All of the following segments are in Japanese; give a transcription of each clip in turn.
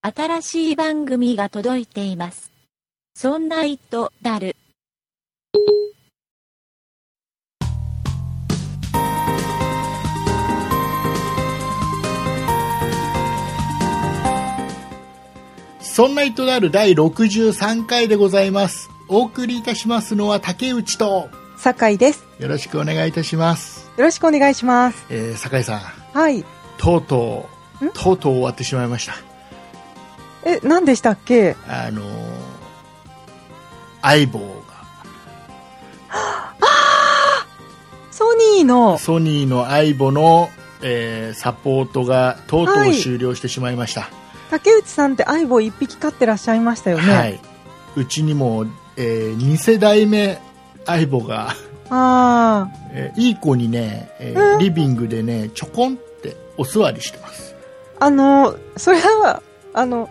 新しい番組が届いています。そんな糸だる。そんな糸である第63回でございます。お送りいたしますのは竹内と、酒井です。よろしくお願いいたします。よろしくお願いします。えー、酒井さん、はい。とうとうん、とうとう終わってしまいました。え、何でしたっけあのー、相棒ソニーが、の、ソニーの相棒の、えーサポートがとうとはうい終了してしまいました。竹内さんって相棒一匹飼ってらっしゃいましたよね。はい。うちにも、え2世代目相棒が、 あえーいい子にね、えーうんリビングでね、ちょこんってお座りしてます。あ、あの、それは、あの、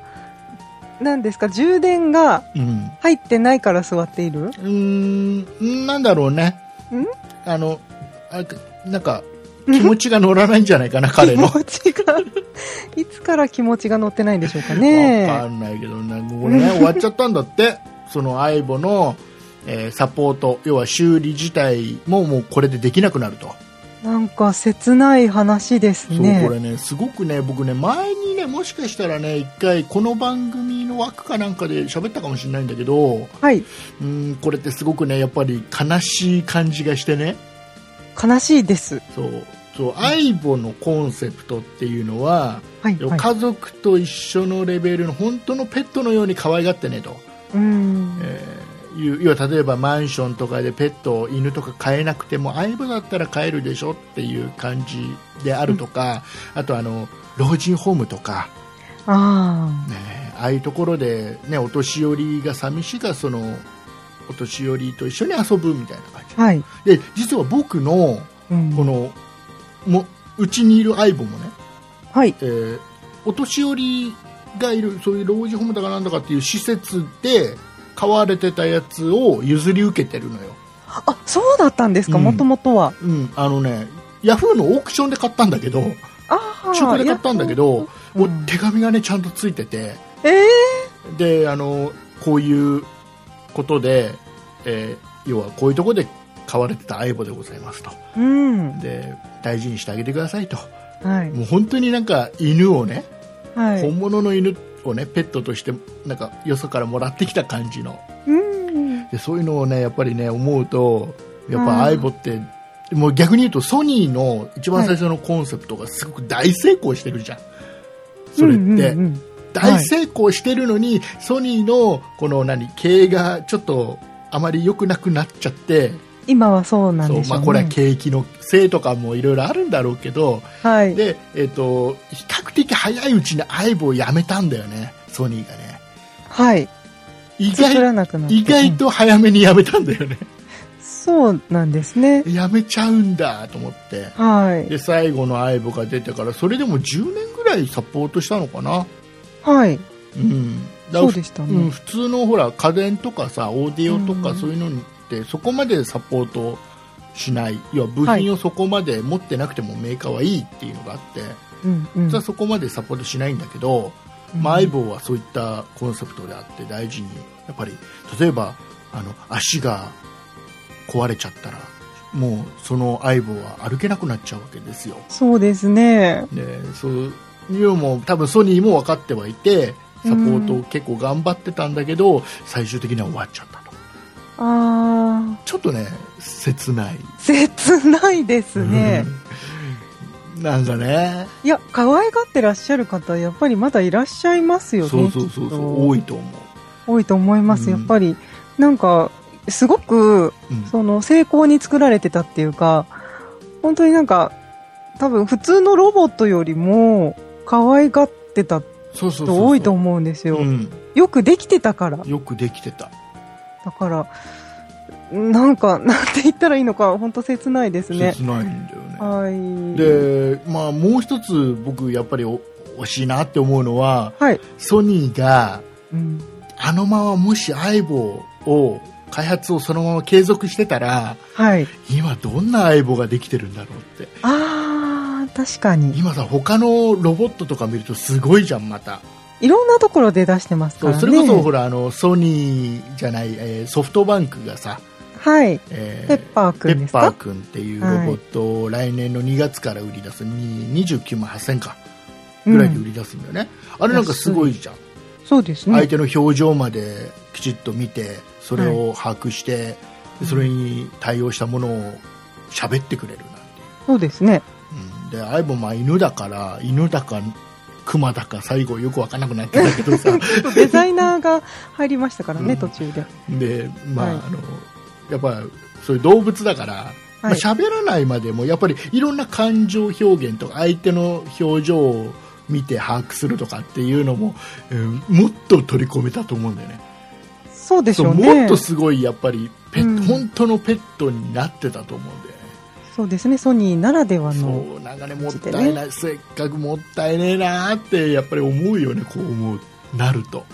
何ですか、充電がうん。入ってないから座っているうーん、なんだろうね。んあの、あなんか、気持ちが乗らないんじゃないか な、彼の。わ気持ちが、いつから気持ちが乗ってないんでしょうかね。かんないけどね、こ れね、終わっちゃったんだって。その相棒の、えーサポート、要は修理自体ももうこれでできなくなると。なんか切ない話ですそう、ねこ。れね、すごくね、僕ね、前にね、もしかしたらね、一回この番組の枠かなんかで喋ったかもしれないんだけど、うはい。ーん、これってすごくね、やっぱり悲しい感じがしてね。悲しいです。そうそうアイボのコンセプトっていうのは、はい。はい、家族と一緒のレベルの本当のペットのように可愛がってねと、うん。えーいう要は例えばマンションとかでペット犬とか飼えなくてもアイボだったら飼えるでしょっていう感じであるとか、あとあの老人ホームとか、あねああいうところで、ね、お年寄りが寂しいからそのお年寄りと一緒に遊ぶみたいな感あ。はい。じで実は僕のうんこのもうちにいる相棒もね、はい。えーお年寄りがいるそういう老人ホームだかなんだかっていう施設で買われてたやつを譲り受けてるのよ、あ、そうだったんですか、うんもともとは。うん、あのねヤフーのオークションで買ったんだけどああ、中古で買ったんだけど、うんもう手紙がねちゃんとついててええであのこういうことで、えー要はこういうとこで買われてた相棒でございますとうん。で大事にしてあげてくださいとはい。もう本当になんか犬をねはい。本物の犬をねペットとしてなんかよそからもらってきた感じのうん。でそういうのをねやっぱりね思うとやっうんぱアイボって、もう逆に言うとソニーの一番最初のコンセプトがすごく大成功してるじゃん、それって、うんうんうん大成功してるのに、ソニーのこの何経営がちょっとあまり良くなくなっちゃって今はそうなんそうでしょまう、ね。あ、これは景気のせいとかもいろいろあるんだろうけどはい。で、えっと比較的早いうちにアイボをやめたんだよねソニーがね。はい。意作外らなくなって意外。と早めにやめたんだよねそうなんですね。やめちゃうんだと思ってはい。で最後の相棒が出てからそれでも10年ぐらいサポートしたのかなはい。うんだそうでしたうん、ね。普通のほら家電とかさオーディオとうかんそういうのってそこまでサポートしない要は部はい品をそこまで持ってなくてもメーカーはいいっていうのがあって、うん。うん。実はそこまでサポートしないんだけど、まあ、相棒はそういったコンセプトであって大事にやっぱり例えばあの足が壊れちゃったらもうその相棒は歩けなくなっちゃうわけですよそうですね。でそういうのも多分ソニーも分かってはいてサポートを結構頑張ってたんだけど、最終的には終わっちゃったとあちょっとね切ないあ、切ないですね。うんなんかねいや、可愛がってらっしゃる方、やっぱりまだいらっしゃいますよね。そうそうそうきそっとう多いと思多いと思います、うんやっぱり。なんか、すごく、う、うんその、成功に作られてたっていうか、本当になんか、多分普通のロボットよりも、可愛がってたそうそうそうそう人多いと思うんですよ。うんよくできてたから。よくできてただから、なんか、 なんて言ったらいいのか、本当切ないですね。切ないんだよねはい。、で、まあ、もう一つ僕やっぱりお惜しいなって思うのははい。ソニーがうん。あのままもし相棒を開発をそのまま継続してたらはい。今どんな相棒ができてるんだろうってあー、確かに。今さ他のロボットとか見るとすごいじゃんまたいろんなところで出してますかそらうね。それこそほらあのソニーじゃない、えーソフトバンクがさ、はい。えーペッパーくんですペッパーかくんっていうロボットを来年の2月から売り出す、に29万8000かぐらいで売り出すんだよね、あれなんかすごいじゃん、うんそうですね相。手の表情まできちっと見てそれを把握して、でそれに対応したものを喋ってくれるなんてそうですね。いう、うん、でアイボンまあ犬だから犬だか熊だか最後よく分からなくなってたけど さデザイナーが入りましたからね、うん途中で。でまあ、はいあのやっぱそういう動物だからまあはい。喋らないまでもやっぱりいろんな感情表現とか相手の表情を見て把握するとかっていうのも、えーもっと取り込めたと思うんだよねそうでしそょううね。もっとすごいやっぱりペット、うん本当のペットになってたと思うんだよねそうですね、ソニーならではの。そうなんかねもったいない、せっかくもったいねえなーってやっぱり思うよねこう思うなると、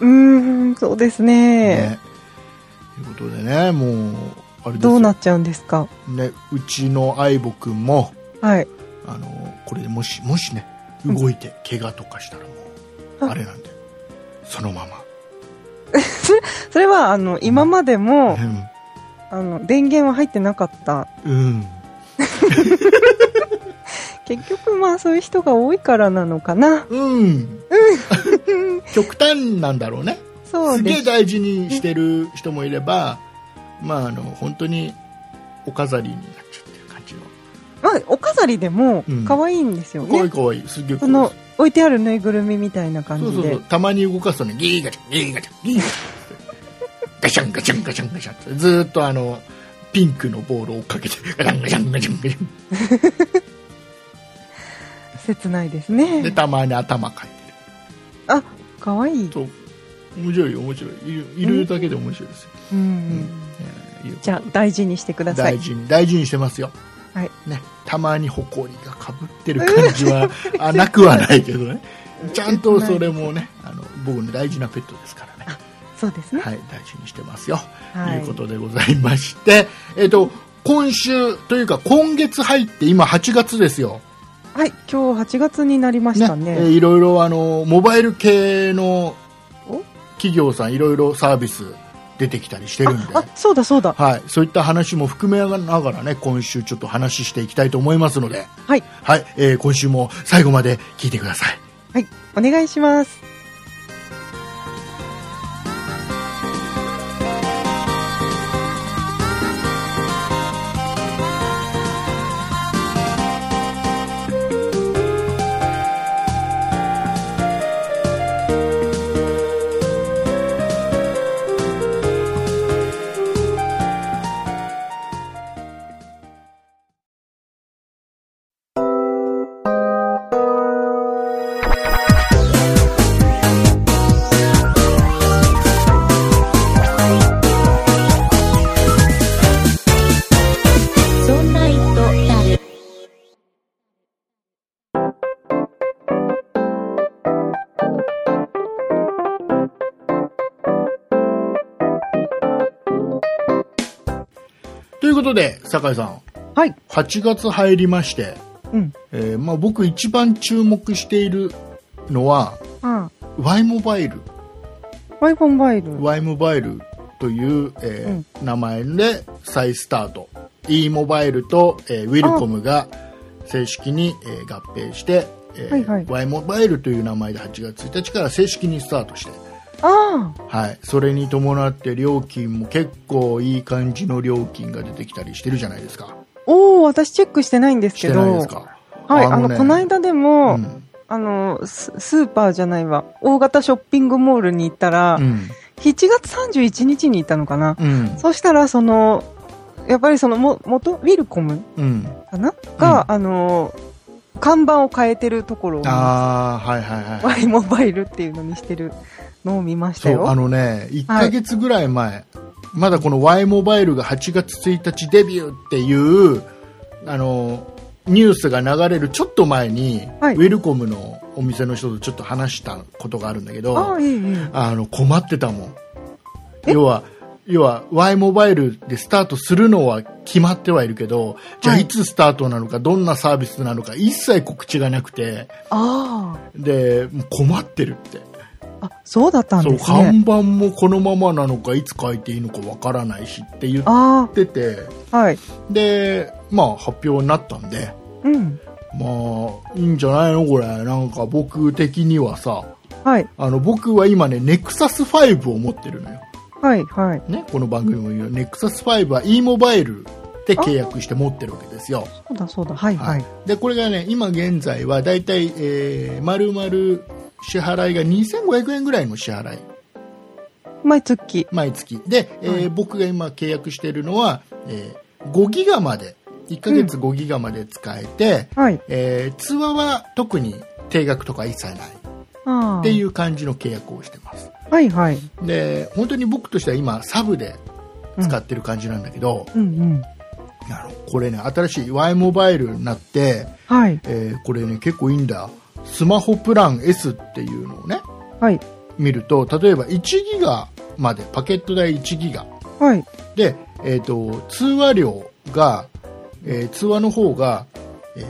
うーん、そうですね。ねということでねもうあれですどようなっちゃうんですか。ねうちの相棒くんもはい。あのこれでもしもしね動いて怪我とかしたらもう、ああれなんでそのまま、それは、あの、今までも、うあの、電源は入ってなかった。んうん結局、まあ、そういう人が多いからなのかな。うん、 極端なんだろうねそすうでげえす。大事にしてる人もいれば、まあ、あの本当にお飾りになっちゃってる感じのまあ、お飾りでもうん、可愛いんですよかわいねい。かわいいすげえかそわいのい、置いてあるぬいぐるみみたいな感そうじそうそでう。たまに動かすとねギーガチャギーガチャギーガチャガシャンガシャンガシャンガシャンってずーっとあのピンクのボールを追っかけてガシャンガシャンガシャンガシャン切ないですでね。たまに頭かいてるあ、可愛い。そう面白い面白いいるいるだけで面白いですよ、うん。えーいうじゃあ、大事にしてください大。事に大事にしてますよ、はいね、たまにほこりがかぶってる感じは、 あなくはないけどねちゃんとそれもねあの僕の大事なペットですからね、そうですね。はい、大事にしてますよ、はいということでございまして、えっと今週というか今月入って今8月ですよ、はい、今日8月になりましたね。えーいろいろあのモバイル系のお企業さんいろいろサービス出てきたりしてるんであ、あそうだそうだ。はい、そういった話も含めながらね今週ちょっと話していきたいと思いますので、はい、はいえー今週も最後まで聞いてくださいはい、お願いします。そんな糸だる、ということで酒井さんはい、 8月入りまして、うん、えーまあ、僕一番注目しているのはあ Y モバイルあ、ワイフォンバイル。 Y モバイルという、えー名前で再スタート E モバイルと、えーウィルコムが正式に、えー合併して、えーはいはい Y モバイルという名前で8月1日から正式にスタートして、ああ、はい、それに伴って料金も結構いい感じの料金が出てきたりしてるじゃないですかおお、私チェックしてないんですしけてど。ないですかはい、ああの、のねこの間でも、うんあのス、スーパーじゃないわ、大型ショッピングモールに行ったら、うん7月31日に行ったのかな。うんそしたら、その、やっぱりそのも、元、ウィルコムうんかなが、あの、看板を変えてるところを見ああはいはいはいワイモバイルっていうのにしてるのを見ましたそうあよ。のね1ヶ月ぐらい前、まだこの Y モバイルが8月1日デビューっていうあのニュースが流れるちょっと前に、はいウェルコムのお店の人とちょっと話したことがあるんだけどあああ、いい、いい。の困ってたもんえ要は要は Y モバイルでスタートするのは決決まってはいるけど、じゃあはいいつスタートなのか、どんなサービスなのか、一切告知がなくて、あで、もう困ってるって。あ。あ、そうだったんそう、ですね。看板もこのままなのか、いつ書いていいのかわからないしって言っあてて、あ、はい。で、まあ発表になったんで、うん。まあ、いいんじゃないのこれ。なんか僕的にはさ、はい。あの、僕は今ね、ネクサス5を持ってるのよ。はい。はい。ね、この番組も言う、ネクサス5は e モバイルで契約して持ってるわけですよ。そうだ、そうだ。はい。ははいい。、でこれがね今現在はだいたいえー、丸々支払いが2500円ぐらいの支払い毎月。毎月で、えーはい僕が今契約しているのは、えー5ギガまで1ヶ月5ギガまで使えて、はい。えー通話は特に定額とか一切ないっああ。。ていうう感じの契約をしてますはい。はい。で本当に僕としては今サブで使ってる感じなんだけど、うんうん。あのこれね新しい Y モバイルになって、はい。えーこれね結構いいんだスマホプラン S っていうのをねはい。見ると例えば1ギガまでパケット代1ギガはい。で、えー、と通話料が、えー通話の方が、え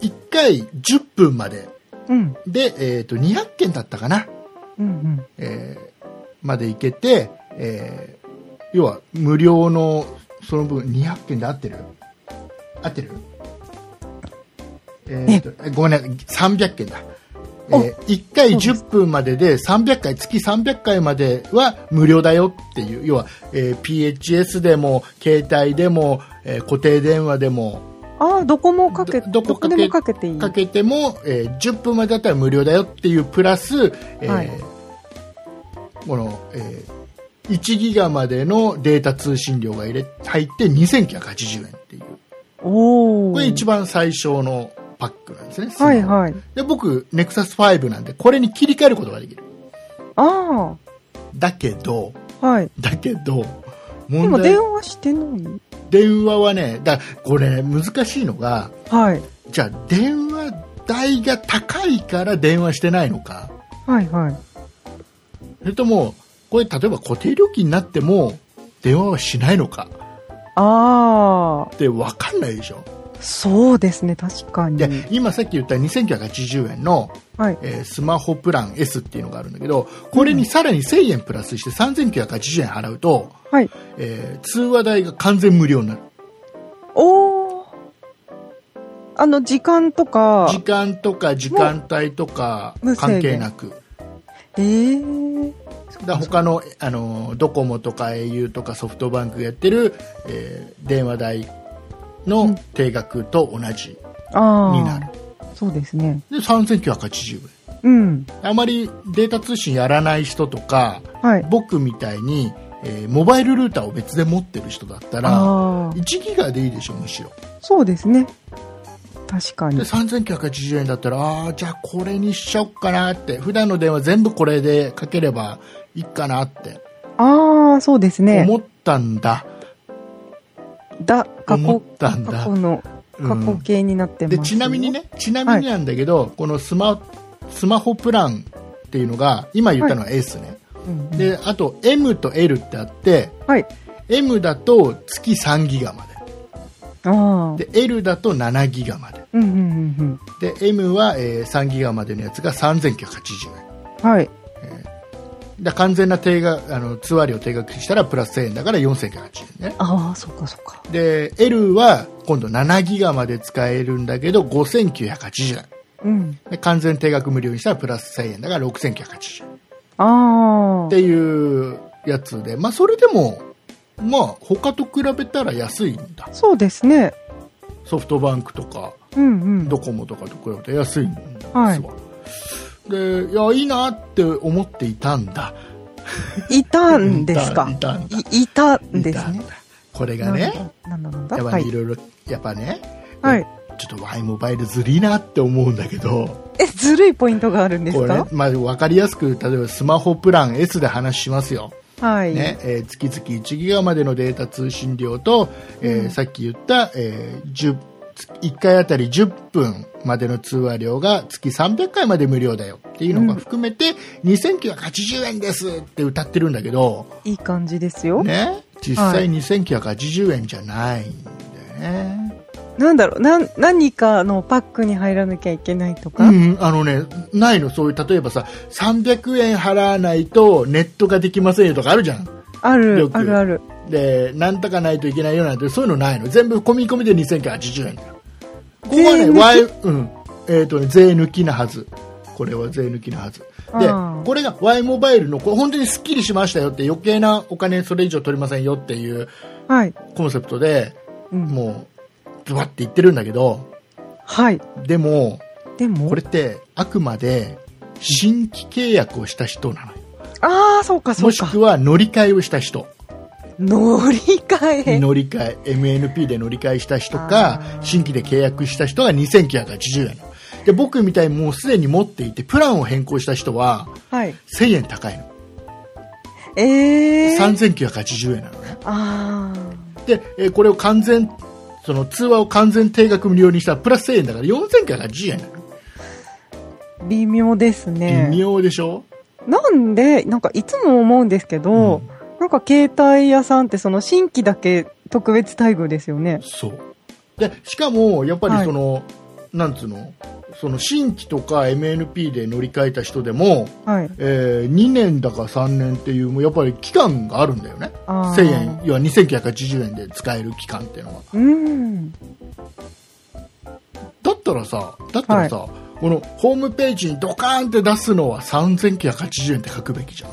1回10分までうん。で、えー、と200件だったかな、うんうん。えーまでいけて、えー要は無料のその分200件で合ってる合ってるえー、とえごめんね300件だ、えおー、1回そうです10分までで300回月300回までは無料だよっていう要は、えー PHS でも携帯でも、えー固定電話でもああ、どこもかけ、どどどここかけでもかけていい。かけても、えー10分までだったら無料だよっていうプラス、えーはいこの、えー1ギガまでのデータ通信量が入れ入って2980円っていうおお。これ一番最小のパックなんですね、はいスマホはい。で僕 NEXUS5 なんでこれに切り替えることができるあだけどあ、はい。だけどで問も題電話してない電話はねだこれね難しいのがはい。じゃあ電話代が高いから電話してないのかはいはい。それとも、これ例えば固定料金になっても、電話はしないのかあって分かんないでしょ。あ、そうですね、確かに。で、今さっき言った2980円の、はい。えースマホプラン S っていうのがあるんだけど、これにさらに1000円プラスして3980円払うと、はい。えー通話代が完全無料になる。おーあの、時間とか、時間とか時間帯とか無制関限係なく。えー、だ他の、あの、ドコモとか au とかソフトバンクがやってる、えー電話代の定額と同じああ、になる。そうですね。で3980円うん。あまりデータ通信やらない人とかはい。僕みたいに、えーモバイルルーターを別で持ってる人だったらああ、 1ギガでいいでしょむしろそうですね。確かでに。 3980円だったらああーじゃあこれにしちゃおっかなって普段の電話全部これでかければいいかなってああ、そうですね。思ったんだ、だ、過思っ去、たんだ過去の、うん過去形になってます、でちなみに。ねちなみになんだけど、このスマスマホプランっていうのが今言ったのはエースね、うん、であと M と L ってあってはい。 M だと月3ギガまああ。でで L だと7ギガまでうんうんうんで M は、えー3ギガまでのやつが3980円うん。はい。だ完全な定額あの通話料定額したらプラス1000円だから4980円ねああ、そっかそっか。で L は今度7ギガまで使えるんだけど5980円うん。で完全定額無料にしたらプラス1000円だから6980円っあていうやつでまあそれでもまあ他と比べたら安いんだあ。そうですね。ソフトバンクとかうんうん。ドコモとかと比べて安いんですわ、はいでいやいいなって思っていたんだいたんですか。いたんだいいたんいでたすんだね。これがねなんだなんだやっぱなんだ。はりいい。ろいろやっぱね、はい。ちょっと Y モバイルずりーなって思うんだけどえ、ずるいポイントがあるんでこすれ、ねかまあ、分かりやすく例えばスマホプラン S で話しますよ、はい。ねえー月々1ギガまでのデータ通信量と、えーさっき言った、えー10 1回あたり10分までの通話料が月300回まで無料だよっていうのが含めて、2980円ですって歌ってるんだけど、いい感じですよ。ね、実際2980円じゃないんだよね、なんだろうなん何かのパックに入らなきゃいけないとか、うん、あのねないのそういう例えばさ300円払わないとネットができませんよとかあるじゃんあよるくあるあるでなんとかないといけないよなんてそういうのないの全部込み込みで2980円だよここはね税抜き Y、うんえーとね、税抜きなはずこれは税抜きなはずであーこれが Y モバイルのこれ本当にすっきりしましたよって余計なお金それ以上取りませんよっていうはい、コンセプトでうんもうズバッて言ってるんだけどはいでもでもこれってあくまで新規契約をした人なのよああそうかそもうしかくは乗り換えをした人乗り換え乗り換え MNP で乗り換えした人かあー新規で契約した人が2980円で僕みたいにもうすでに持っていてプランを変更した人ははい1000円高いのええー、 3980円なのねあで、えーこれを完全その通話を完全定額無料にしたらプラス1000円だから4980円なのあ微妙ですね微妙でしょ、なんでなんかいつも思うんですけど、うんなんか携帯屋さんってその新規だけ特別待遇ですよねそうでしかもやっぱりはいその、なんつうのその新規とか MNP で乗り換えた人でも、はいえ2年だか3年っていうもうやっぱり期間があるんだよねあー1000円要は2980円で使える期間っていうのはうんだったらさだったらさ、このホームページにドカーンって出すのは3980円って書くべきじゃん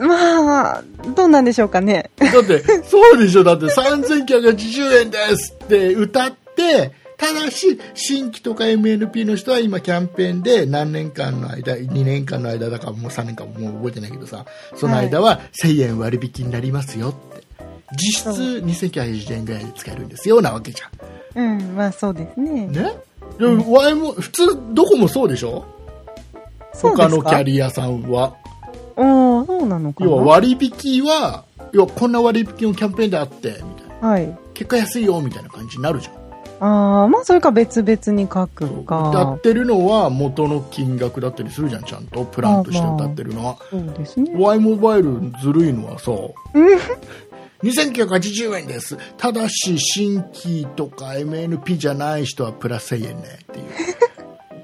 まあどうなんでしょうかね だってそうでしょだって3980円ですって歌ってただし新規とか MNP の人は今キャンペーンで何年間の間2年間の間だからもう3年間ももう覚えてないけどさその間は1000円割引になりますよって実質2980円ぐらいで使えるんですよなわけじゃんうんまあそうですねねでも、ワイも普通どこもそうでしょそうで他すのキかャリアさんはああそうなのかな要は割引は要はこんな割引のキャンペーンであってみたいなはい結果安いよみたいな感じになるじゃんああまあそれか別々に書く歌かってるのは元の金額だったりするじゃんちゃんとプランとして歌ってるのは、そうですね Y モバイルずるいのはさうん2980円ですただし新規とか MNP じゃない人はプラス1000円ねっていう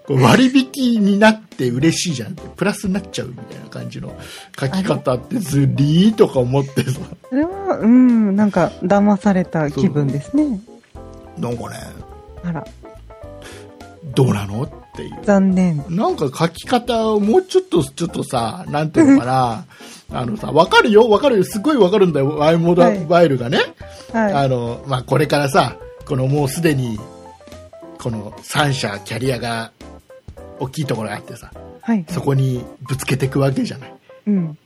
これ割引になって嬉しいじゃんってプラスになっちゃうみたいな感じの書き方ってずりーとか思ってさそれはうんなんか騙された気分ですねなんかねあらどうなのっていう残念なんか書き方をもうちょっと、ちょっとさ、なんていうのか な、あのさ、わかるよ、わかるよ、すごいわかるんだよ、ワイモはいバイルがね。はあいの、まあ、これからさ、このもうすでに、この3社、キャリアが大きいところがあってさ、はいそこにぶつけていくわけじゃない。うん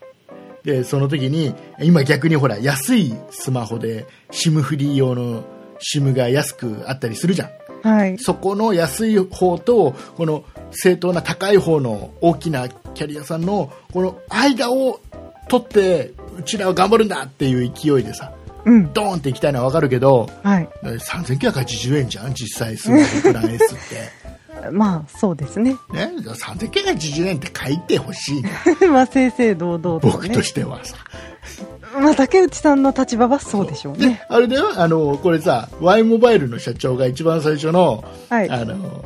で、その時に、今逆にほら、安いスマホで、SIM フリー用の SIM が安くあったりするじゃん。はいそこの安い方とこの正当な高い方の大きなキャリアさんのこの間を取ってうちらは頑張るんだっていう勢いでさうんドーンっていきたいのはわかるけどはい3980円じゃん実際スマホプラン S って。まあそうですねね、3980円って書いてほしいな まあ正々堂々と僕ねとしてはさ、まあ竹内さんの立場はそうでしょうねあれだよあのこれさ Y モバイルの社長が一番最初の,、はいあの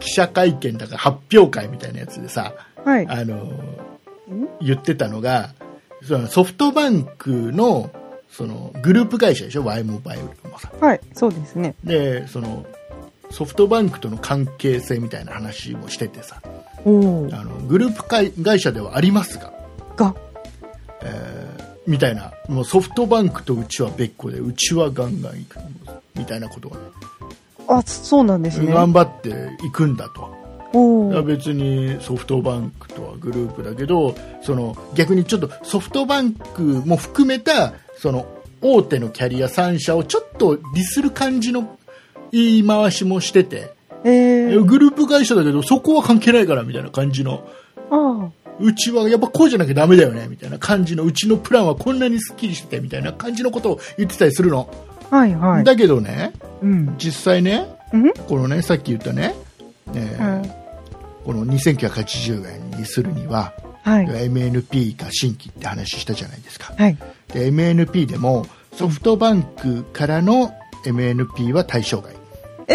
記者会見だから発表会みたいなやつでさ、はいあの言ってたのがそのソフトバンクのそのグループ会社でしょ Y モバイルもさはいそうですねでそのソフトバンクとの関係性みたいな話もしててさおおあのグループ会会社ではありますが、がえーみたいなもうソフトバンクとうちは別個でうちはガンガン行くみたいなことがね、あそうなんですね頑張っていくんだと。おいやお別にソフトバンクとはグループだけどその逆にちょっとソフトバンクも含めたその大手のキャリア3社をちょっとディスる感じの言い回しもしてて、えいやー、グループ会社だけどそこは関係ないからみたいな感じのあうちはやっぱこうじゃなきゃダメだよねみたいな感じのうちのプランはこんなにスッキリしててみたいな感じのことを言ってたりするの、あはいはいだけどねうん実際ねうんこのねさっき言ったね、えーはいこの2980円にするにははい。 MNP が新規って話したじゃないですかはい。で MNP でもソフトバンクからの MNP は対象外え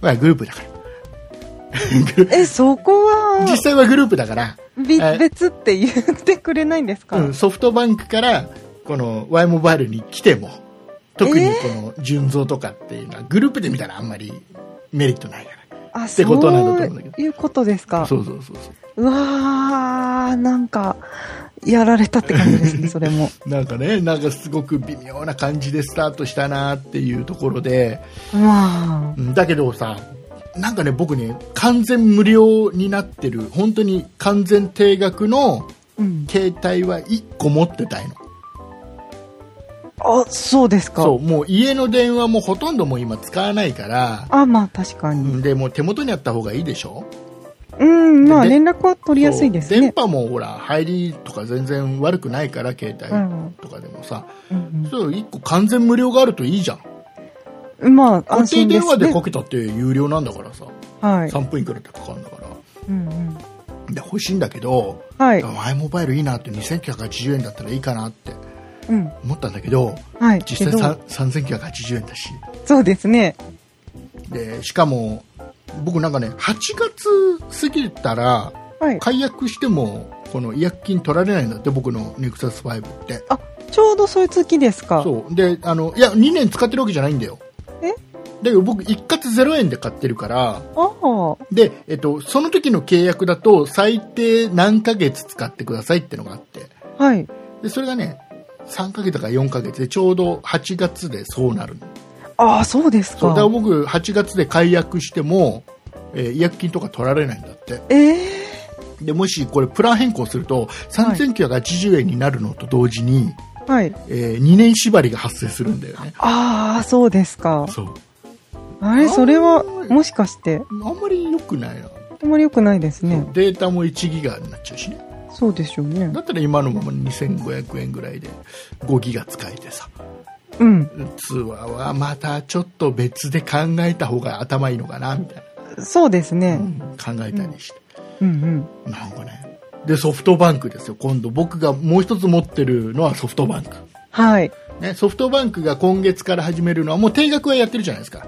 まあグループだからえ、そこ実は、際はグループだから、びえ別って言ってくれないんですか、うん、ソフトバンクからこの Y モバイルに来ても特にこの純増とかっていうのはグループで見たらあんまりメリットないからあ、てことなんだと思うんだけどそういうことですか。そうそうそうそうわー、なんか、やられたって感 じですね、それも。うなんかねなんかすごく微妙な感じでスタートしたなっていうところでまあ、うんだけどさなんかね僕ね完全無料になってる本当に完全定額のうん。携帯は1個持ってたいのあ、そうですか。そうもう家の電話もほとんどもう今使わないからあ、まあ確かに。でもう手元にあった方がいいでしょうん、まあで連絡は取りやすいですそう電ね。波もほら入りとか全然悪くないから携うん帯とかでもさ、うんそう1個完全無料があるといいじゃんうん、まあ固安定心で電話すでねか。けたって有料なんだからさ、はい。 3分いくらってかかるんだからうんうん、で欲しいんだけど、はい。マイモバイルいいなって2980円だったらいいかなってうん。思ったんだけどはい。実際けどさ3980円だしそうですね。でしかも僕なんかね8月過ぎたらはい。解約してもこの違約金取られないんだって僕のネクサス5ってあ、ちょうどそういう月ですか。そうであのいや2年使ってるわけじゃないんだよえだけど僕一括0円で買ってるからああ。で、えっと、その時の契約だと最低何ヶ月使ってくださいってのがあってはい。でそれがね3ヶ月とか4ヶ月でちょうど8月でそうなるのああ、そうですそうだかか。ら僕8月で解約しても、えー違約金とか取られないんだってえでもしこれプラン変更すると3980円になるのと同時に、ー、はい。え2年縛りが発生するんだよねああ、そうですか。そうあれ、それはあー、もしかして、あんまり良くないな、あんまり良くないですねそう。データも1ギガになっちゃうしねそうでしょうねだ。ったら今のまま2500円ぐらいで5ギガ使えてさうん。通話はまたちょっと別で考えた方が頭いいのかなみたいそうですな、ね。考えたりして、うんうん。なんかねでソフトバンクですよ今度僕がもう一つ持ってるのはソフトバンクはい。ね、ソフトバンクが今月から始めるのはもう定額はやってるじゃないですか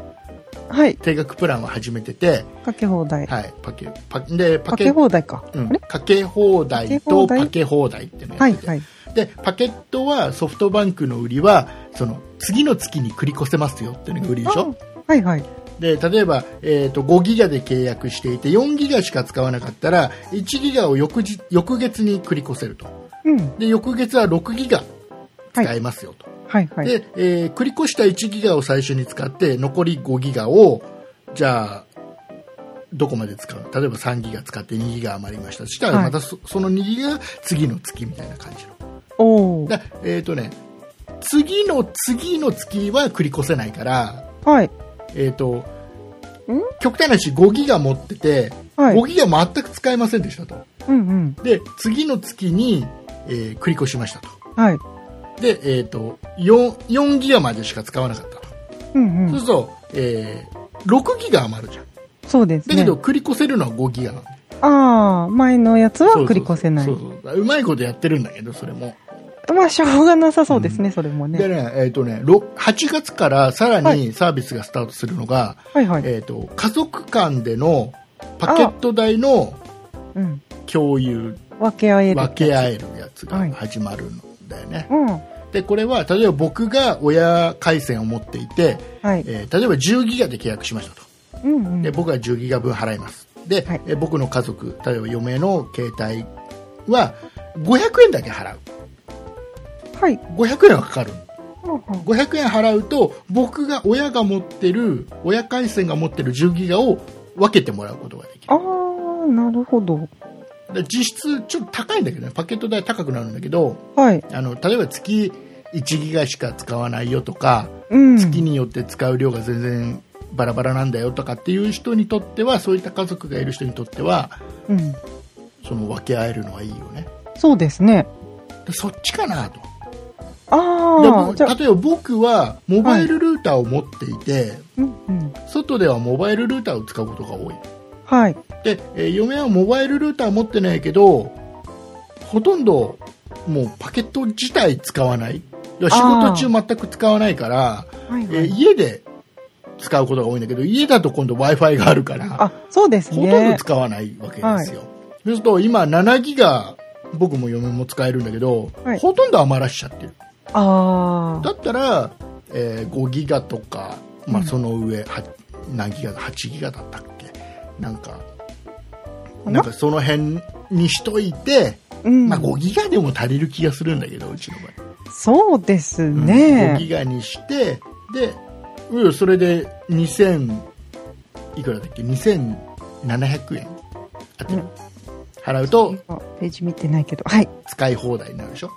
はい。定額プランは始めてて、かけ放題。はい、パケパでパかケけ放題か。うん、かけ放題とパかケ放題っていうのをはやいってて、はい。でパケットはソフトバンクの売りはその次の月に繰り越せますよっていうのが売りでしょはいはい。で例えば、えー、と5ギガで契約していて4ギガしか使わなかったら1ギガを翌日翌月に繰り越せるとうん。で翌月は6ギガ使えますよと、はいはい。で、えー繰り越した1ギガを最初に使って残り5ギガをじゃあどこまで使う例えば3ギガ使って2ギガ余りましたそしたらはいまたそ,、の2ギガが次の月みたいな感じのおお。だえっ、とね次の次の月は繰り越せないからはい。えっ、と極端な話5ギガ持っててはい。 5ギガ全く使えませんでしたとうんうん。で次の月に、えー繰り越しましたとはい。で、えっと 4, 4ギガまでしか使わなかったとうんう。そうんすると、えー6ギガ余るじゃん。そうですだけねど、。繰り越せるのは5ギガなの。ああ、前のやつはそうそう繰り越せないそう。そうそう。うまいことやってるんだけど、それも。まあ、しょうがなさそうですね、それもでね。ね、えっ、とね、ろ8月からさらはにサービスがスタートするのが、はいはい。えっ、と、家族間でのパケット代のうん。共有、分け合える。分け合えるやつが始まるんだよね。うん。で、これは、例えば僕が親回線を持っていて、はい。えー例えば10ギガで契約しましたと。うんうでん。僕は10ギガ分払いますで、はいえ僕の家族例えば嫁の携帯は500円だけ払うはい。 500円はかかるうんうん500円払うと僕が親が持ってる親回線が持ってる10ギガを分けてもらうことができるああ、なるほど。で実質ちょっと高いんだけどねパケット代高くなるんだけどはい。あの例えば月1ギガしか使わないよとかうん。月によって使う量が全然バラバラなんだよとかっていう人にとってはそういった家族がいる人にとってはうん。その分け合えるのはいいよねそうですね。でそっちかなとでああ、僕じゃあ、例えば僕はモバイルルーターを持っていて、うんうん。外ではモバイルルーターを使うことが多いはい。で、えー嫁はモバイルルーター持ってないけどほとんどもうパケット自体使わない要は仕事中全く使わないから、はいえー家で使うことが多いんだけど家だと今度 w i f i があるからあ、そうですほとんどね。使わないわけですよ、そうすると今7ギガ僕も嫁も使えるんだけど、はいほとんど余らしちゃってるあだったら、えー5ギガとか、まあ、うんその上、は何ギガだ8ギガだったっけなんかあなんかその辺にしといて、あ、うんまあ、5ギガでも足りる気がするんだけどうちの場合。そうです5ね。ギガにしてで、うん、それで2000いくらだっけ2700円あってるうん払うとあページ見てないけど。はい。使い放題になるでしょ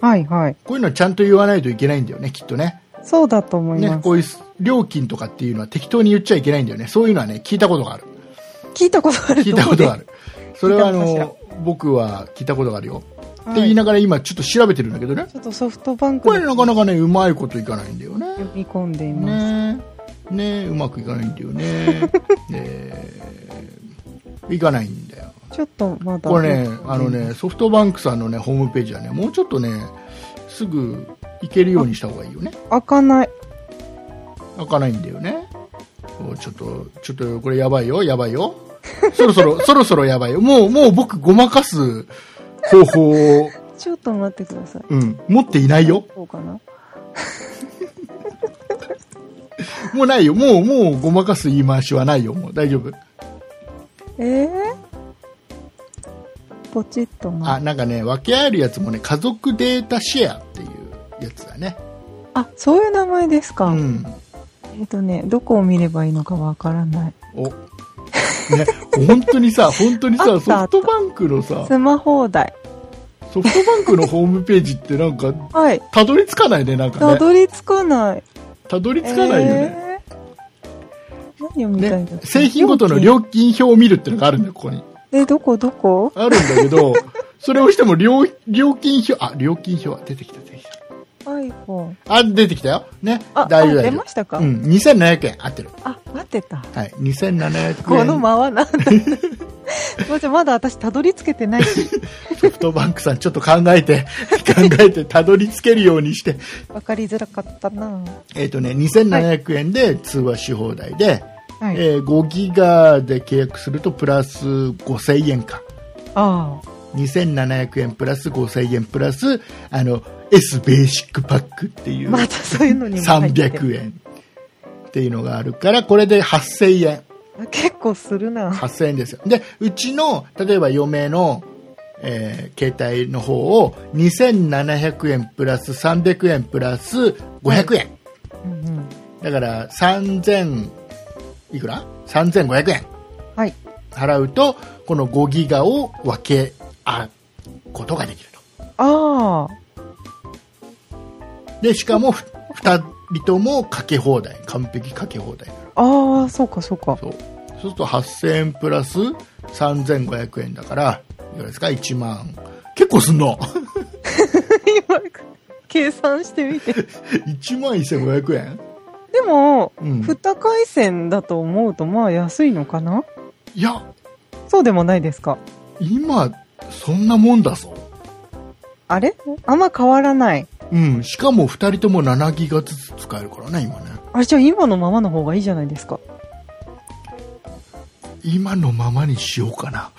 はいはい。こういうのはちゃんと言わないといけないんだよねきっとねそうだと思いねます。こういう料金とかっていうのは適当に言っちゃいけないんだよねそういうのはね聞いたこと がある聞いたことある聞いたことがある。るそれはあ聞いたのこ僕は聞いたことがあるよ、はっいて言いながら今ちょっと調べてるんだけどねちょっとソフトバンクこれのなかなかねうまいこといかないんだよね呼び込んでいます。ねねうまくいかないんだよねねいかないんだよちょっとまだ。これねあのねソフトバンクさんのねホームページはねもうちょっとねすぐ行けるようにした方がいいよね開かない。開かないんだよねおちょっとちょっとこれやばいよやばいよそろそろそろそろやばいよもうもう僕ごまかす方法を、ちょっと待ってください。うん、持っていないよそうかな。もうないよもうもうごまかす言い回しはないよもう大丈夫ええポチッとあな。なんかね分け合えるやつもね家族データシェアっていうやつだねあ、そういう名前ですか。うんえっとね、どこを見ればいいのかわからない。おね本当にさ本当にあさったソあフったトバンクのさスマ放題。ソフトバンクのホームページってなんかはい。たどり着かないねなんかたねどり着かない。たどり着かないよね,、えー何を見たいんだっねけ製品ごとの料金表を見るってのがあるんだよここにえ、どこどこあるんだけどそれをしても料料金表あ料金表は出てきた出てきた ?iPhone。あ出てきたよねあ、大丈夫大あ出丈ましたか、夫うん2700円合ってるあ、待ってた。はい2700円この間はなんだすいません、まだ私たどり着けてないし。 ソフトバンクさん、ちょっと考え て、考えて、たどり着けるようにして、わかりづらかったなえっ、とね、2700円で通話し放題で、はい。えー5ギガで契約すると、プラス5000円か。あ2700円プラス5000円プラス、あの、S ベーシックパックっていあ。う、またそういうのにも入ってる。 300円っていうのがあるから、これで8000円。あ結構するな8000円ですよ。で、うちの、例えば嫁の、えー携帯の方を2700円プラス300円プラス500円。うんうん。だから3000、いくら ?3500 円はい。払うと、この5ギガを分け合うことができると。ああ。で、しかもふ2人ともかけ放題。完璧かけ放題。ああ、そうかそうか。そう。そうすると8000円プラス3500円だから、いくらですか ?1 万。結構すんの今、計算してみて。 1万1500円、でも、うん、二回線だと思うと、まあ安いのかないやそうでもないですか。今そんなもんだぞあれあんま変わらない。うんしかも2人とも7ギガずつ使えるからね今ねあれじゃあ今のままの方がいいじゃないですか。今のままにしようかな、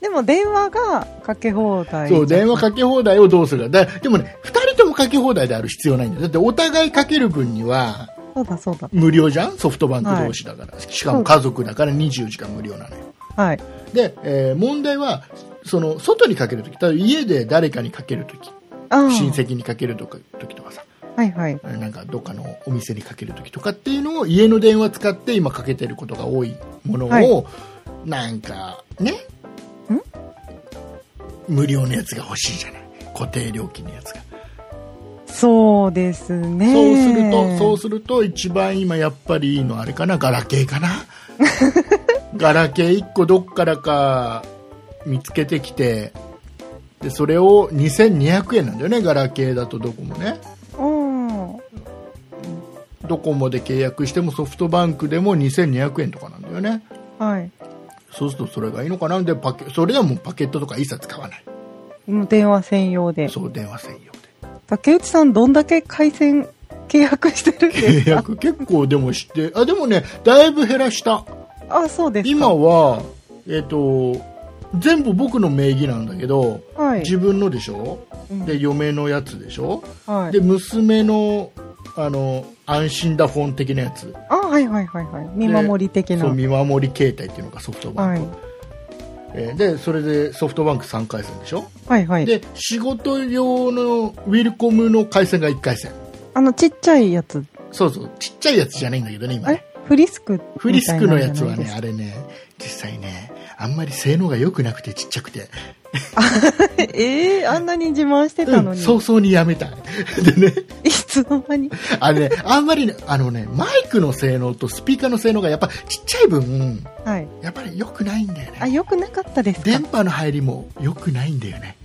でも電話がかけ放題。そう電話かけ放題をどうするかだでもね2人ともかけ放題である必要ないんだよだってお互いかける分にはそうだそうだ。無料じゃんソフトバンク同士だから、しかも家族だから24時間無料なのよはい。で、えー問題はその外にかけるとき例えば家で誰かにかけるときああ。親戚にかけるとか時とかさはいはい。なんかどっかのお店にかけるときとかっていうのを家の電話使って今かけてることが多いものを、はいなんかね無料のやつが欲しいじゃない固定料金のやつが、そうですね。そうするとそうすると一番今やっぱりいいのあれかなガラケーか なガラケー1個どっからか見つけてきてでそれを2200円なんだよねガラケーだとどこもねうん。ドコモで契約してもソフトバンクでも2200円とかなんだよねはい。そうするとそれがいいのかなでパケそれではもうパケットとか一切使わないもう電話専用で。そう電話専用竹内さん、どんだけ回線契約してるんで です契か約結構でもしてあでもねだいぶ減らしたあ、そうですか。今はえっ、と全部僕の名義なんだけどはい。自分のでしょうんで嫁のやつでしょはいで。娘のあの安心だフォン的なやつあ、はいはいはいはい。見守り的な。そうはい。見守り携帯っていうのがソフトバンク、えーでそれでソフトバンク3回戦でしょはいはい。で仕事用のウィルコムの回線が1回戦あの、ちっちゃいやつ。そうそうちっちゃいやつじゃないんだけどね今あねれフリスクみたいなフリスクのやつはじねゃないあれね実際ねあんまり性能が良くなくてちっちゃくてですか。 ええあんなに自慢してうたのんに。早々にやめたでねいつの間に。あれねあんまりねあのねマイクの性能とスピーカーの性能がやっぱちっちゃい分はい。やっぱり良くないんだよあ、ね良くなかったです電か。波の入りも良くないんだよね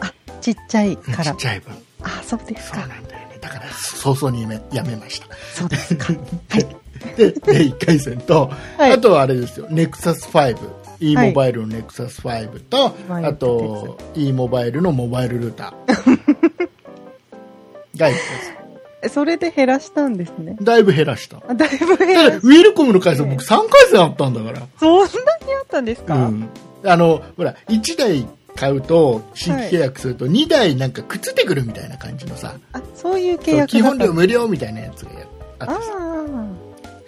ちっちゃいうんかちっら。ちゃい分あ、そうですそうか。なんだよねだから早々にやめやめましたそうです か。でで1回戦と、はいあとはあれですよ、ネクサス5、e モバイルのネクサス5と、はいあと e モバイルのモバイルルーターが1回戦えそれで減らしたんですね。だいぶ減らした。あだいぶ減ただらしウィルコムの回線、僕3回戦あったんだかそんなにあったんですら、か、うん、あのほら1台買うと、新規契約すると、2台なんかくっついてくるみたいな感じのさ、あ、そういう契そう約基だっ本た料んで無す料みたいなやつがあってあさ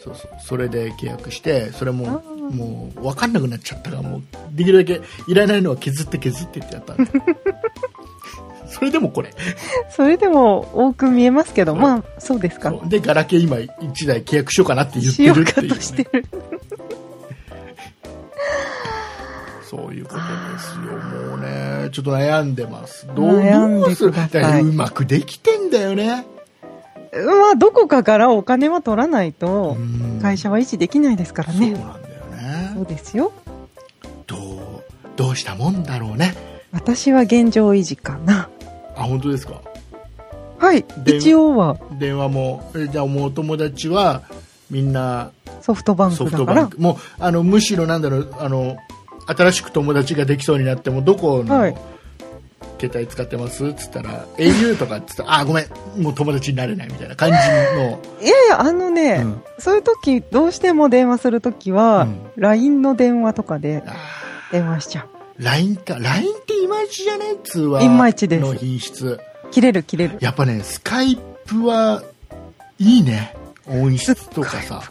そうそうそれで契約してそれもあーもう分かんなくなっちゃったからもうできるだけいらないのは削って削ってってやったん でそれでもこれあ。それでも多く見えますけど、そうまあ、そうですか。そうでガラケー今1台契約しようかなって言っしてようるっかていう,、としてる。そういうことですよもうねちょっと悩んでますどう悩んどうでするくださいだからうまくできてんだよねまあ、どこかからお金は取らないと、うん会社は維持できないですからそうね。なんだよそうねですよ。どうどうしたもんだろうね私は現状維持かな。あ本当ですかはい。で一応は電話もえじゃあもうお友達はみんなソフトバンソフクだトかバらン。クもうあのむしろなんだろうあの新しく友達ができそうになってもどこの、はい携帯使ってますっつったら au とかっつったらあごめんもう友達になれないみたいな感じの、いやいや、あのね、うんそういう時、どうしても電話する時うはん、 LINE の電話とかであ電話しちゃう。ー LINE か LINE っていまいちじゃない通話いまいちですの品質切れる切れる。やっぱねスカイプはいいね音質とかさ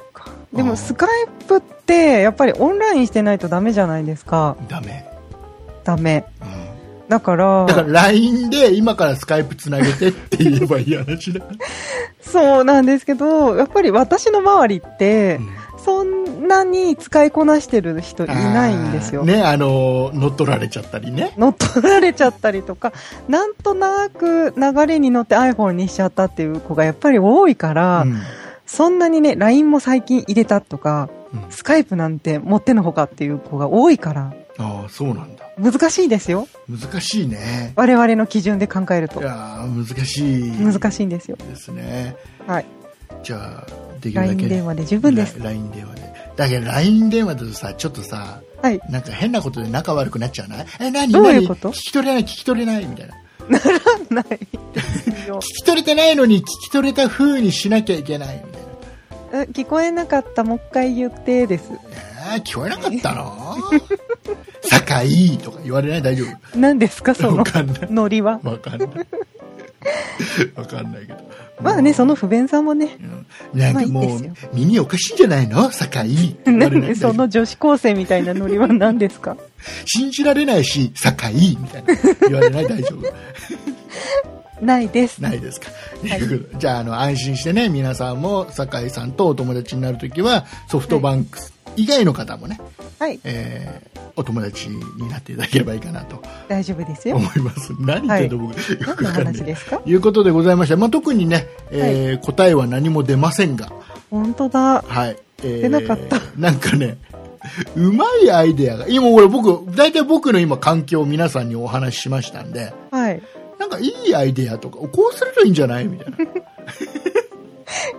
でうもんスカイプって、やっぱりオンラインしてないとダメじゃないですか。ダメ、ダメ。うん、だから、だから LINE で今からスカイプつなげてって言えばいい話だ、そうなんですけど、やっぱり私の周りってう、んそんなに使いこなしてる人いないんですよ。あーね、あの、乗っ取られちゃったりね。乗っ取られちゃったりとか、なんとなく流れに乗って iPhone にしちゃったっていう子がやっぱり多いから、うんそんなにね、LINE も最近入れたとか、うんスカイプなんて持ってのほかっていう子が多いから、ああ、そうなんだ。難しいですよ。難しいね。我々の基準で考えるいと。やー難しい。難しいんですよ。い。ですね。はい。じゃあ、できるだけ、 LINE 電話で十分です。ラ LINE 電話で。だけど、LINE 電話だとさ、ちょっとさ、はい。なんか変なことで仲悪くなっちゃうないえ、何どういう何こと聞き取れない、聞き取れない、みたいな。ないですよ聞き取れてないのに、聞き取れた風にしなきゃいけない、みたいな。え聞こえなかった、もう一回言ってです。えー、聞こえなかったの 酒井とか言われない大丈夫何ですか、そわのかんないノリは。わかんないわかんないけどまあね、その不便さもね。うんなんかもうまあいいです耳おかしいんじゃないの 酒井その女子高生みたいなノリは何ですか信じられないし酒井みたいな言われない大丈夫ないです。ないですか、いじゃああの安心してね皆さんも酒井さんとお友達になるときはソフトバンク以外の方もね、はい、えーお友達になっていただければいいかなと大丈夫ですよ思。います何言ってんの、僕よ何くのわかんない話ですかいうことでございまして、まあ、特にね、えー答えは何も出ませんが、本当だ。はい。えー出なかった。なんかね、うまいアイデアが、今俺僕、大体僕の今環境を皆さんにお話ししましたんで、はい。 なんかいいアイデアとか、こうするといいんじゃないみたいな。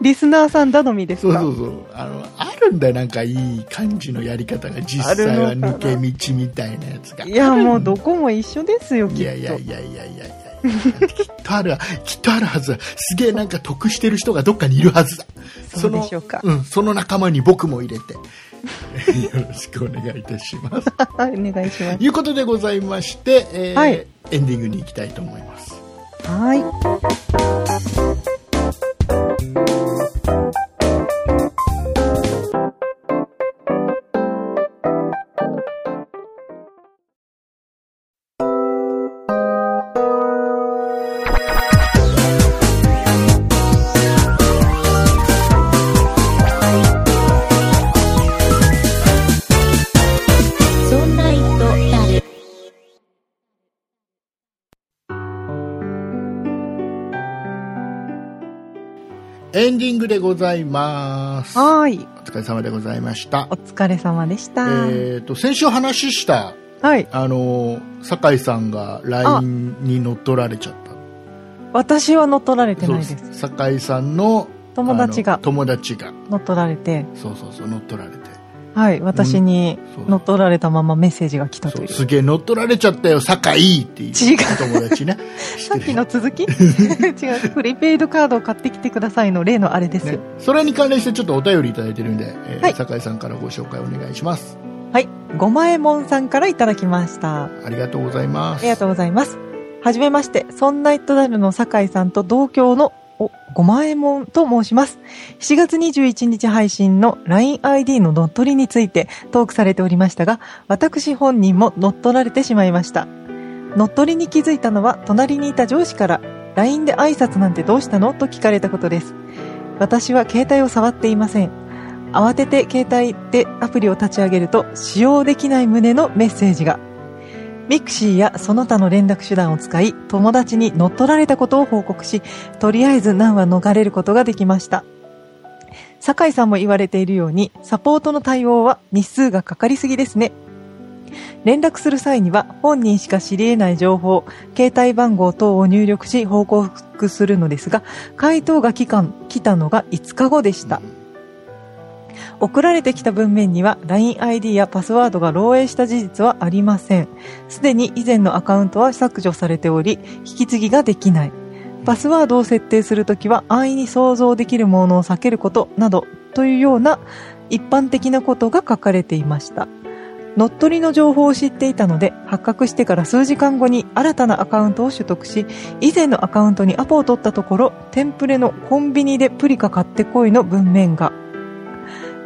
リスナーさん頼みですそうかそうそうあのあるんだよなんかいい感じのやり方が実際はあるのかな抜け道みたいなやつがいやもうどこも一緒ですよきっといやいやいやいやいやいやきっとあるきっとあるはずだすげえなんか得してる人がどっかにいるはずだそうでしょうかその,、うん、その仲間に僕も入 れてよろしくお願いいたしますはいお願いしまということでございまして、えーはいエンディングに行きたいと思いますすはいそんな糸だる。エンディングでございますおはい疲れ様でございましたお疲れ様でした、えー、と先週話したはいあの酒井さんが LINE に乗っ取られちゃった私は乗っ取られてそなういでですす酒井さんの友達があの友達が乗っ取られてそうそうそう乗っ取られてはい私にそう乗っ取られたままメッセージが来たとそいううすげえ乗っ取られちゃったよ酒井っていう違う友達 ねさっきの続き 違うプリペイドカードを買ってきてくださいの例のあれです、ね、それに関連してちょっとお便りいただいてるんで、えーはい酒井さんからご紹介お願いしますはい五前門さんからいただきましたあありがとうございますりがとうございますはじめましてそんなイットダルの酒井さんと同郷のお五前門と申します7月21日配信の LINEID の乗っ取りについてトークされておりましたが私本人も乗っ取られてしまいました乗っ取りに気づいたのは隣にいた上司から LINE で挨拶なんてどうしたのと聞かれたことです私は携帯を触っていません慌てて携帯でアプリを立ち上げると使用できない旨のメッセージがミクシーやその他の連絡手段を使い友達に乗っ取られたことを報告しとりあえず難は逃れることができました酒井さんも言われているようにサポートの対応は日数がかかりすぎですね連絡する際には本人しか知り得ない情報携帯番号等を入力し報告するのですが回答が期間来たのが5日後でした送られてきた文面には LINEID やパスワードが漏洩した事実はありませんすでに以前のアカウントは削除されており引き継ぎができないパスワードを設定するときは安易に想像できるものを避けることなどというような一般的なことが書かれていました乗っ取りの情報を知っていたので発覚してから数時間後に新たなアカウントを取得し以前のアカウントにアポを取ったところテンプレのコンビニでプリカ買ってこいの文面が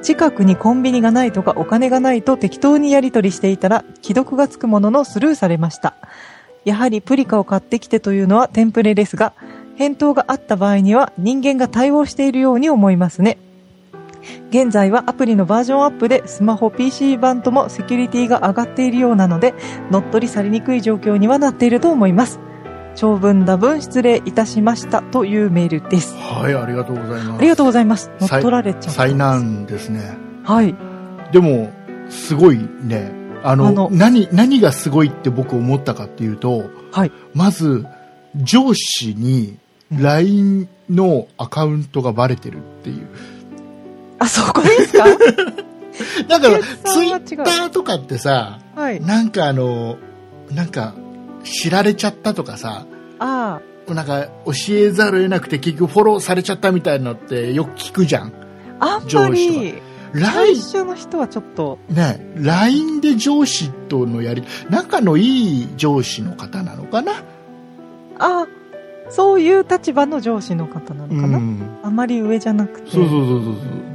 近くにコンビニがないとかお金がないと適当にやり取りしていたら既読がつくもののスルーされましたやはりプリカを買ってきてというのはテンプレですが返答があった場合には人間が対応しているように思いますね現在はアプリのバージョンアップでスマホ PC 版ともセキュリティが上がっているようなので乗っ取りされにくい状況にはなっていると思います長文多文失礼いたしましたというメールですはいありがとうございますありがとうございます乗っさい取られちゃう災難ですねはいでもすごいねあのあの何何がすごいって僕思ったかっていうと、はいまず上司に LINE のアカウントがバレてるっていうあ、そこですかだから計ツ算イが違うッターとかってさはい。なんかあのなんか知られちゃったとかさあなんか教えざるを得なくて結局フォローされちゃったみたいなのってよく聞くじゃんあ、あんま上司り、最 LINE 初の人はちょっと、ね、LINE で上司とのやり仲のいい上司の方なのかなあ、そういう立場の上司の方なのかな、うん、あまり上じゃなくて、そうそうそう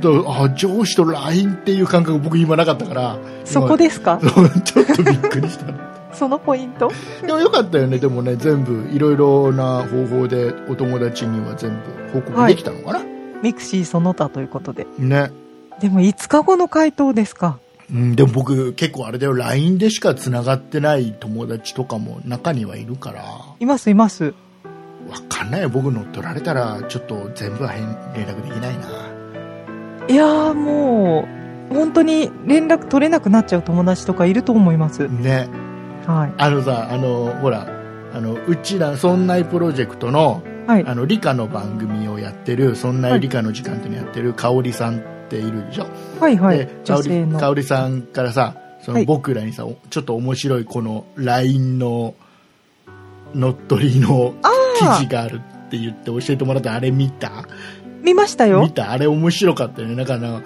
そうだからあ上司と LINE っていう感覚僕今なかったからそこですか今 ちょっとびっくりしたそのポイントでもよかったよねでもね全部いろいろな方法でお友達には全部報告できたのかな、ミクシーその他ということで。ね、でも5日後の回答ですかうん、でも僕結構あれだよ LINE でしかつながってない友達とかも中にはいるからいますいます。わかんないよ僕乗っ取られたらちょっと全部は変連絡できないないやーもう、本当に連絡取れなくなっちゃう友達とかいると思います。ねはあのさあのほらあのうちらそんないプロジェクトのい。はいあの理科の番組をやってる「そんな理科の時間」っていうのやってる香織さんっているでしょ、はいはいで香女性織の香織さんからさそはのい僕らにさ、おちょっと面白いこの LINE の乗っ取りの記事があるって言って教えてもらったあれ見た見ましたよ見たあれ面白かったよねだから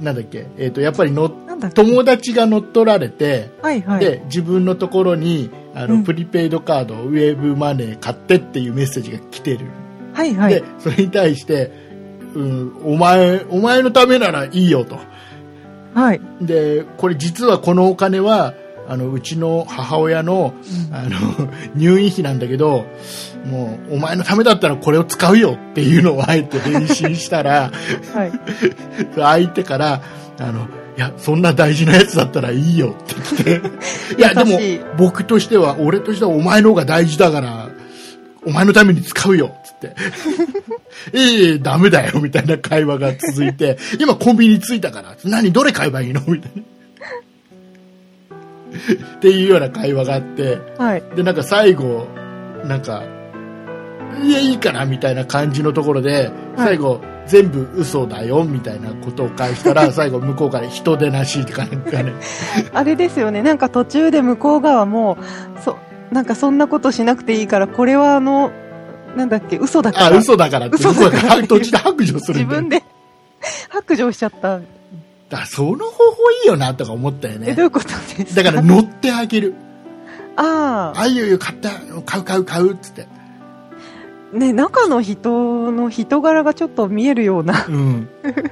なんだっけ、えー、とやっぱりのなんだっけ友達が乗っ取られて、はいはいで自分のところにあの、うんプリペイドカードウェーブマネー買ってっていうメッセージが来てる、はいはいでそれに対して、うん、お前お前のためならいいよとはいでこれ実はこのお金はあのうちの母親のあの 入院費なんだけどもうお前のためだったらこれを使うよっていうのをあえて返信したらはい相手からあのいやそんな大事なやつだったらいいよって来て いやでも優しい僕としては俺としてはお前の方が大事だからお前のために使うよっつって「 いえいえダメだよ」みたいな会話が続い て「今コンビニ着いたから何どれ買えばいいの?」みたいな。っていうような会話があってはいでなんか最後なんか「いやいいかな」みたいな感じのところで最後、全部嘘だよみたいなことを返した ら最後向こうから人でなしとかなんかねあれですよね、なんか途中で向こう側も、そなんかそんなことしなくていいから、これはあの、なんだっけ、嘘だかあら、嘘だからって向嘘こうだがからは途中で白状する自んだよ分で 白状しちゃっだた。からその方法いいよなとか思ったよえ、ねどういうことですだかから乗ってあげるああ、あいうよ買った買う買う買うっつってね、中の人の人柄がちょっと見えるよ うな。うん、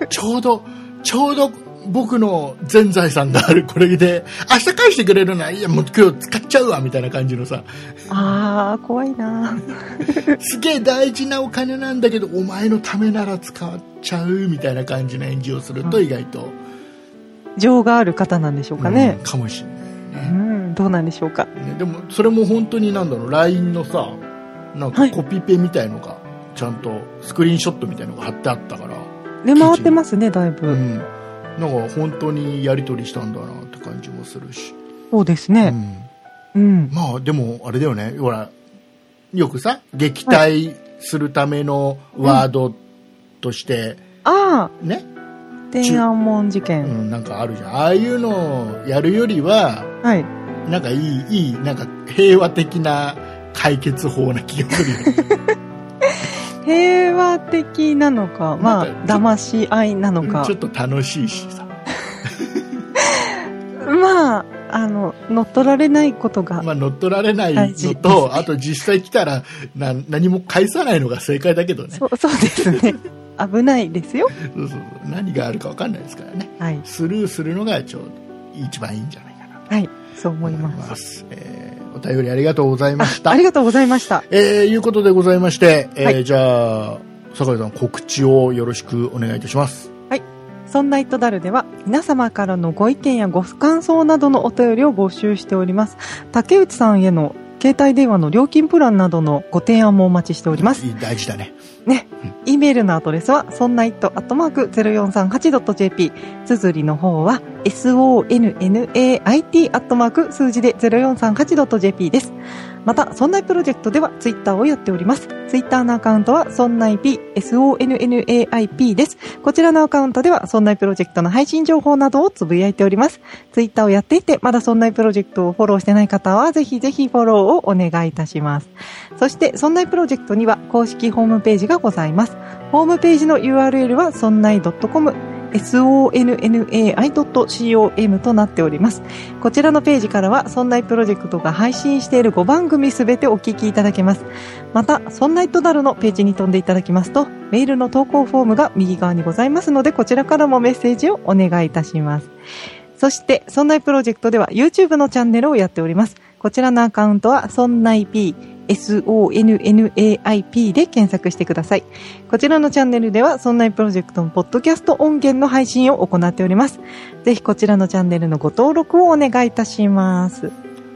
ちょうど、ちょうど僕の全財産があるこれで、明日返してくれるなら、いや、もう今日使っちゃうわ、みたいな感じのさ、ああ、怖いな。すげえ大事なお金なんだけど、お前のためなら使っちゃう、みたいな感じの演じをすると、うん意外と。情がある方なんでしょうかねうん。かもしれなういね。ん、どうなんでしょうか。ねでも、それも本当になんだろう、LINE のさ、なんはかいコピペみたいのが、ちゃんとスクリーンショットみたいのが貼ってあったから、出回ってますね、だいぶ。うん。なんか本当にやり取りしたんだなって感じもするし。そうですうね。んうん。まあでもあれだよねほらよくさ撃退するためのワードとして、ああ、ね、天安門事う件。ん、なんかあるじゃんああいうのをやるよりははい。なんかいいいいなんか平和的な解決法な気がするよね平和的なのか、まあなん、かちょ騙し合い なのかちょっ、と楽しいしさ、まあ、あの、乗っ取られないことが、まあ、乗っ取られない大事のとあと実際来たらな何も返さないのが正解だけどねそうそうですね。 危ないですよ。そうそうそう何があるか分かんないですからねはい。スルーするのがちょうど一番いいんじゃないかなはい。そう思います。す。えーお便りありがとうございました。ありがとうございました。えーいうことでございまして、えーはいじゃあ、酒井さん告知をよろしくお願いいたします。そんな糸だるでは皆様からのご意見やご感想などのお便りを募集しております。竹内さんへの携帯電話の料金プランなどのご提案もお待ちしております。いい大事だね。 E メールのアドレスは、そんな it アットマーク 0438.jp。綴りの方は、sonnait アットマーク数字で 0438.jp です。また、そんないプロジェクトではツイッターをやっております。ツイッターのアカウントは、そんない p、sonnaip です。こちらのアカウントでは、そんないプロジェクトの配信情報などをつぶやいております。ツイッターをやっていて、まだそんないプロジェクトをフォローしてない方は、ぜひぜひフォローをお願いいたします。そして、そんないプロジェクトには、公式ホームページがございます。ホームページの URL はそんない .com sonnai.com となっております。こちらのページからは、そんないプロジェクトが配信している5番組すべてお聞きいただけます。また、そんないとだるのページに飛んでいただきますと、メールの投稿フォームが右側にございますので、こちらからもメッセージをお願いいたします。そして、そんないプロジェクトでは YouTube のチャンネルをやっております。こちらのアカウントは、そんない p、sonnaip で検索してください。こちらのチャンネルでは、そんないプロジェクトのポッドキャスト音源の配信を行っております。ぜひこちらのチャンネルのご登録をお願いいたします。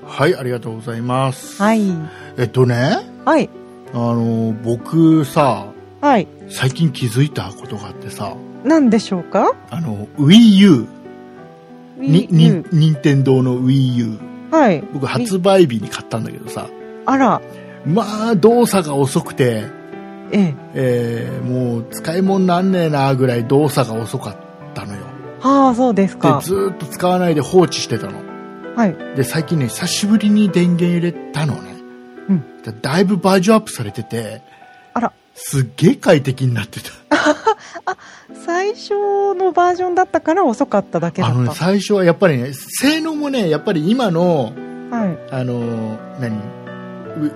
はい、ありがとうございます。はい。えっとね、はい。あの、僕さ、はい。最近気づいたことがあってさ、何でしょうかあの、Wii U、に、 Wii に U、任天堂の Wii U、はい。僕発売日に買ったんだけどさ、あら。まあ、動作が遅くて、ええ。えーもう使い物なんねえなぐらい動作が遅かったのよはあ、そうですでか。ずーっと使わないで放置してたのはい。で最近ね久しぶりに電源入れたのね、うんだだいぶバージョンアップされててあら、すっげえ快適になってた最初のバージョンだったから遅かっただけだあっのねた。最初はやっぱりね性能もねやっぱり今のはい。あのー何う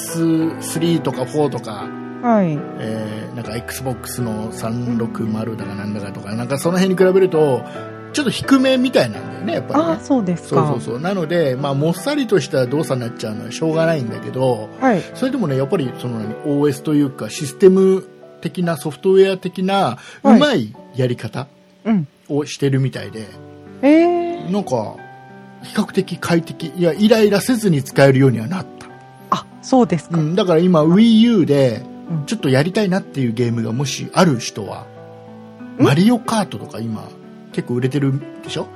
PS3 とか4とか、はい。えーなんか XBOX の360だかなんだかとかなんかその辺に比べるとちょっと低めみたいなんだよねやっぱりああ、ねそうですそうか。そうそうなので、まあ、もっさりとした動作になっちゃうのはしょうがないんだけどはい。それでもねやっぱりその何 OS というかシステム的なソフトウェア的なうはいまいやり方うん。をしてるみたいで、ええなんか比較的快適いやイライラせずに使えるようにはなったあ、そうですか。うん、だから今 WiiU でうんちょっとやりたいなっていうゲームがもしある人は、うんマリオカートとか今結構売れてるでしょ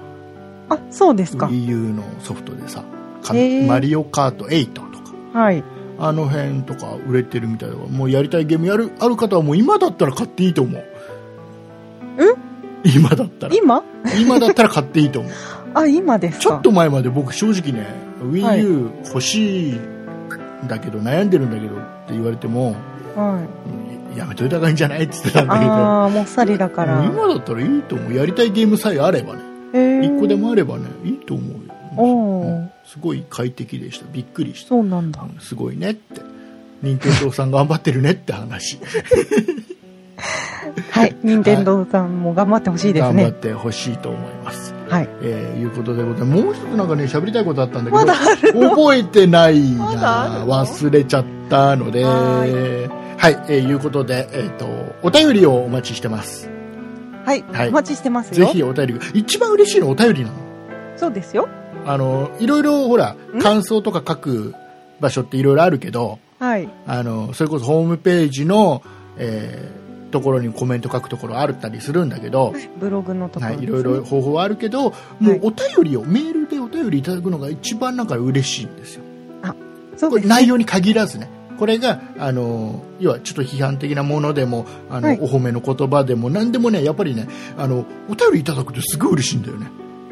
あ、そうですか。 WiiU のソフトでさかへーマリオカート8とかはい。あの辺とか売れてるみたいだからもうやりたいゲームやるある方はもう今だったら買っていいと思う今だったら今今だったら買っていいと思うあ、今ですか。ちょっと前まで僕正直ねはい WiiU 欲しいんだけど、悩んでるんだけどって言われてもはい。やめといた方がいいんじゃないって言ってたんだけどああ、もっさりだから。今だったらいいと思うやりたいゲームさえあればねええ一個でもあればねいいと思うよおうーんすごい快適でしたびっくりしたそうなんだ。うんすごいねって任天堂さん頑張ってるねって話はい。任天堂さんも頑張ってほしいです頑張っね。てほしいと思いますはい。えーいうことでございますもう一つなんかね喋りたいことあったんだけどまだあるの覚えてないな、まだあるの忘れちゃったのでははい、えーいうことで、えっとお便りをお待ちしてますはい。はいお待ちしてますぜよ。ひお便りく一番嬉しいのはお便りなのそうですよ。あのいろいろほらん感想とか書く場所っていろいろあるけどはい。あのそれこそホームページの、えーところにコメント書くところあったりするんだけど、ブログのところはですい、ねいろいろ方法はあるけどもはういお便りをメールでお便りいただくのが一番なんか嬉しいんですよそうこでれすね内容に限らずねこれがあの要はちょっと批判的なものでもあの、はいお褒めの言葉でも何でもねやっぱりねあのお便りいただくとすごい嬉しいんだよね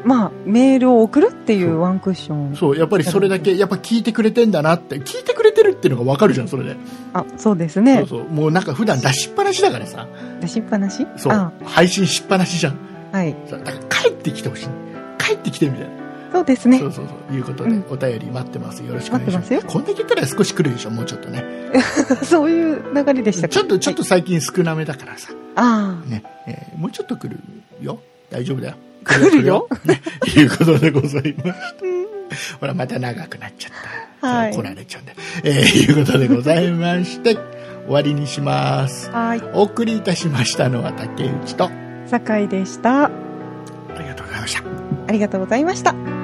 まあ、メールを送るっていうワンクッション。そうやっぱりそれだけやっぱ聞いてくれてんだなって聞いてくれてるっていうのがわかるじゃんそれで、あ、そうですね。そうそうもうなんか普段出しっぱなしだからさ出しっぱなしそうあ配信しっぱなしじゃんはい。そうだから帰ってきてほしい帰ってきてみたいな、そうですねそ。うそうそういうことで、うんお便り待ってますよろしくお願いします待ってこんだけ言ったら少し来るでしょもうちょっとね そういう流れでしたかちょっとちょっと最近少なめだからさ、あねえーもうちょっと来るよ大丈夫だよ来るよ来るよねいうことでございましたほらまた長くなっちゃった、はいそう来られちゃうんだ、えーいうことでございまして終わりにしますあ。はい。お送りいたしましたのは竹内と酒井でした。ありがとうございましたありがとうございました。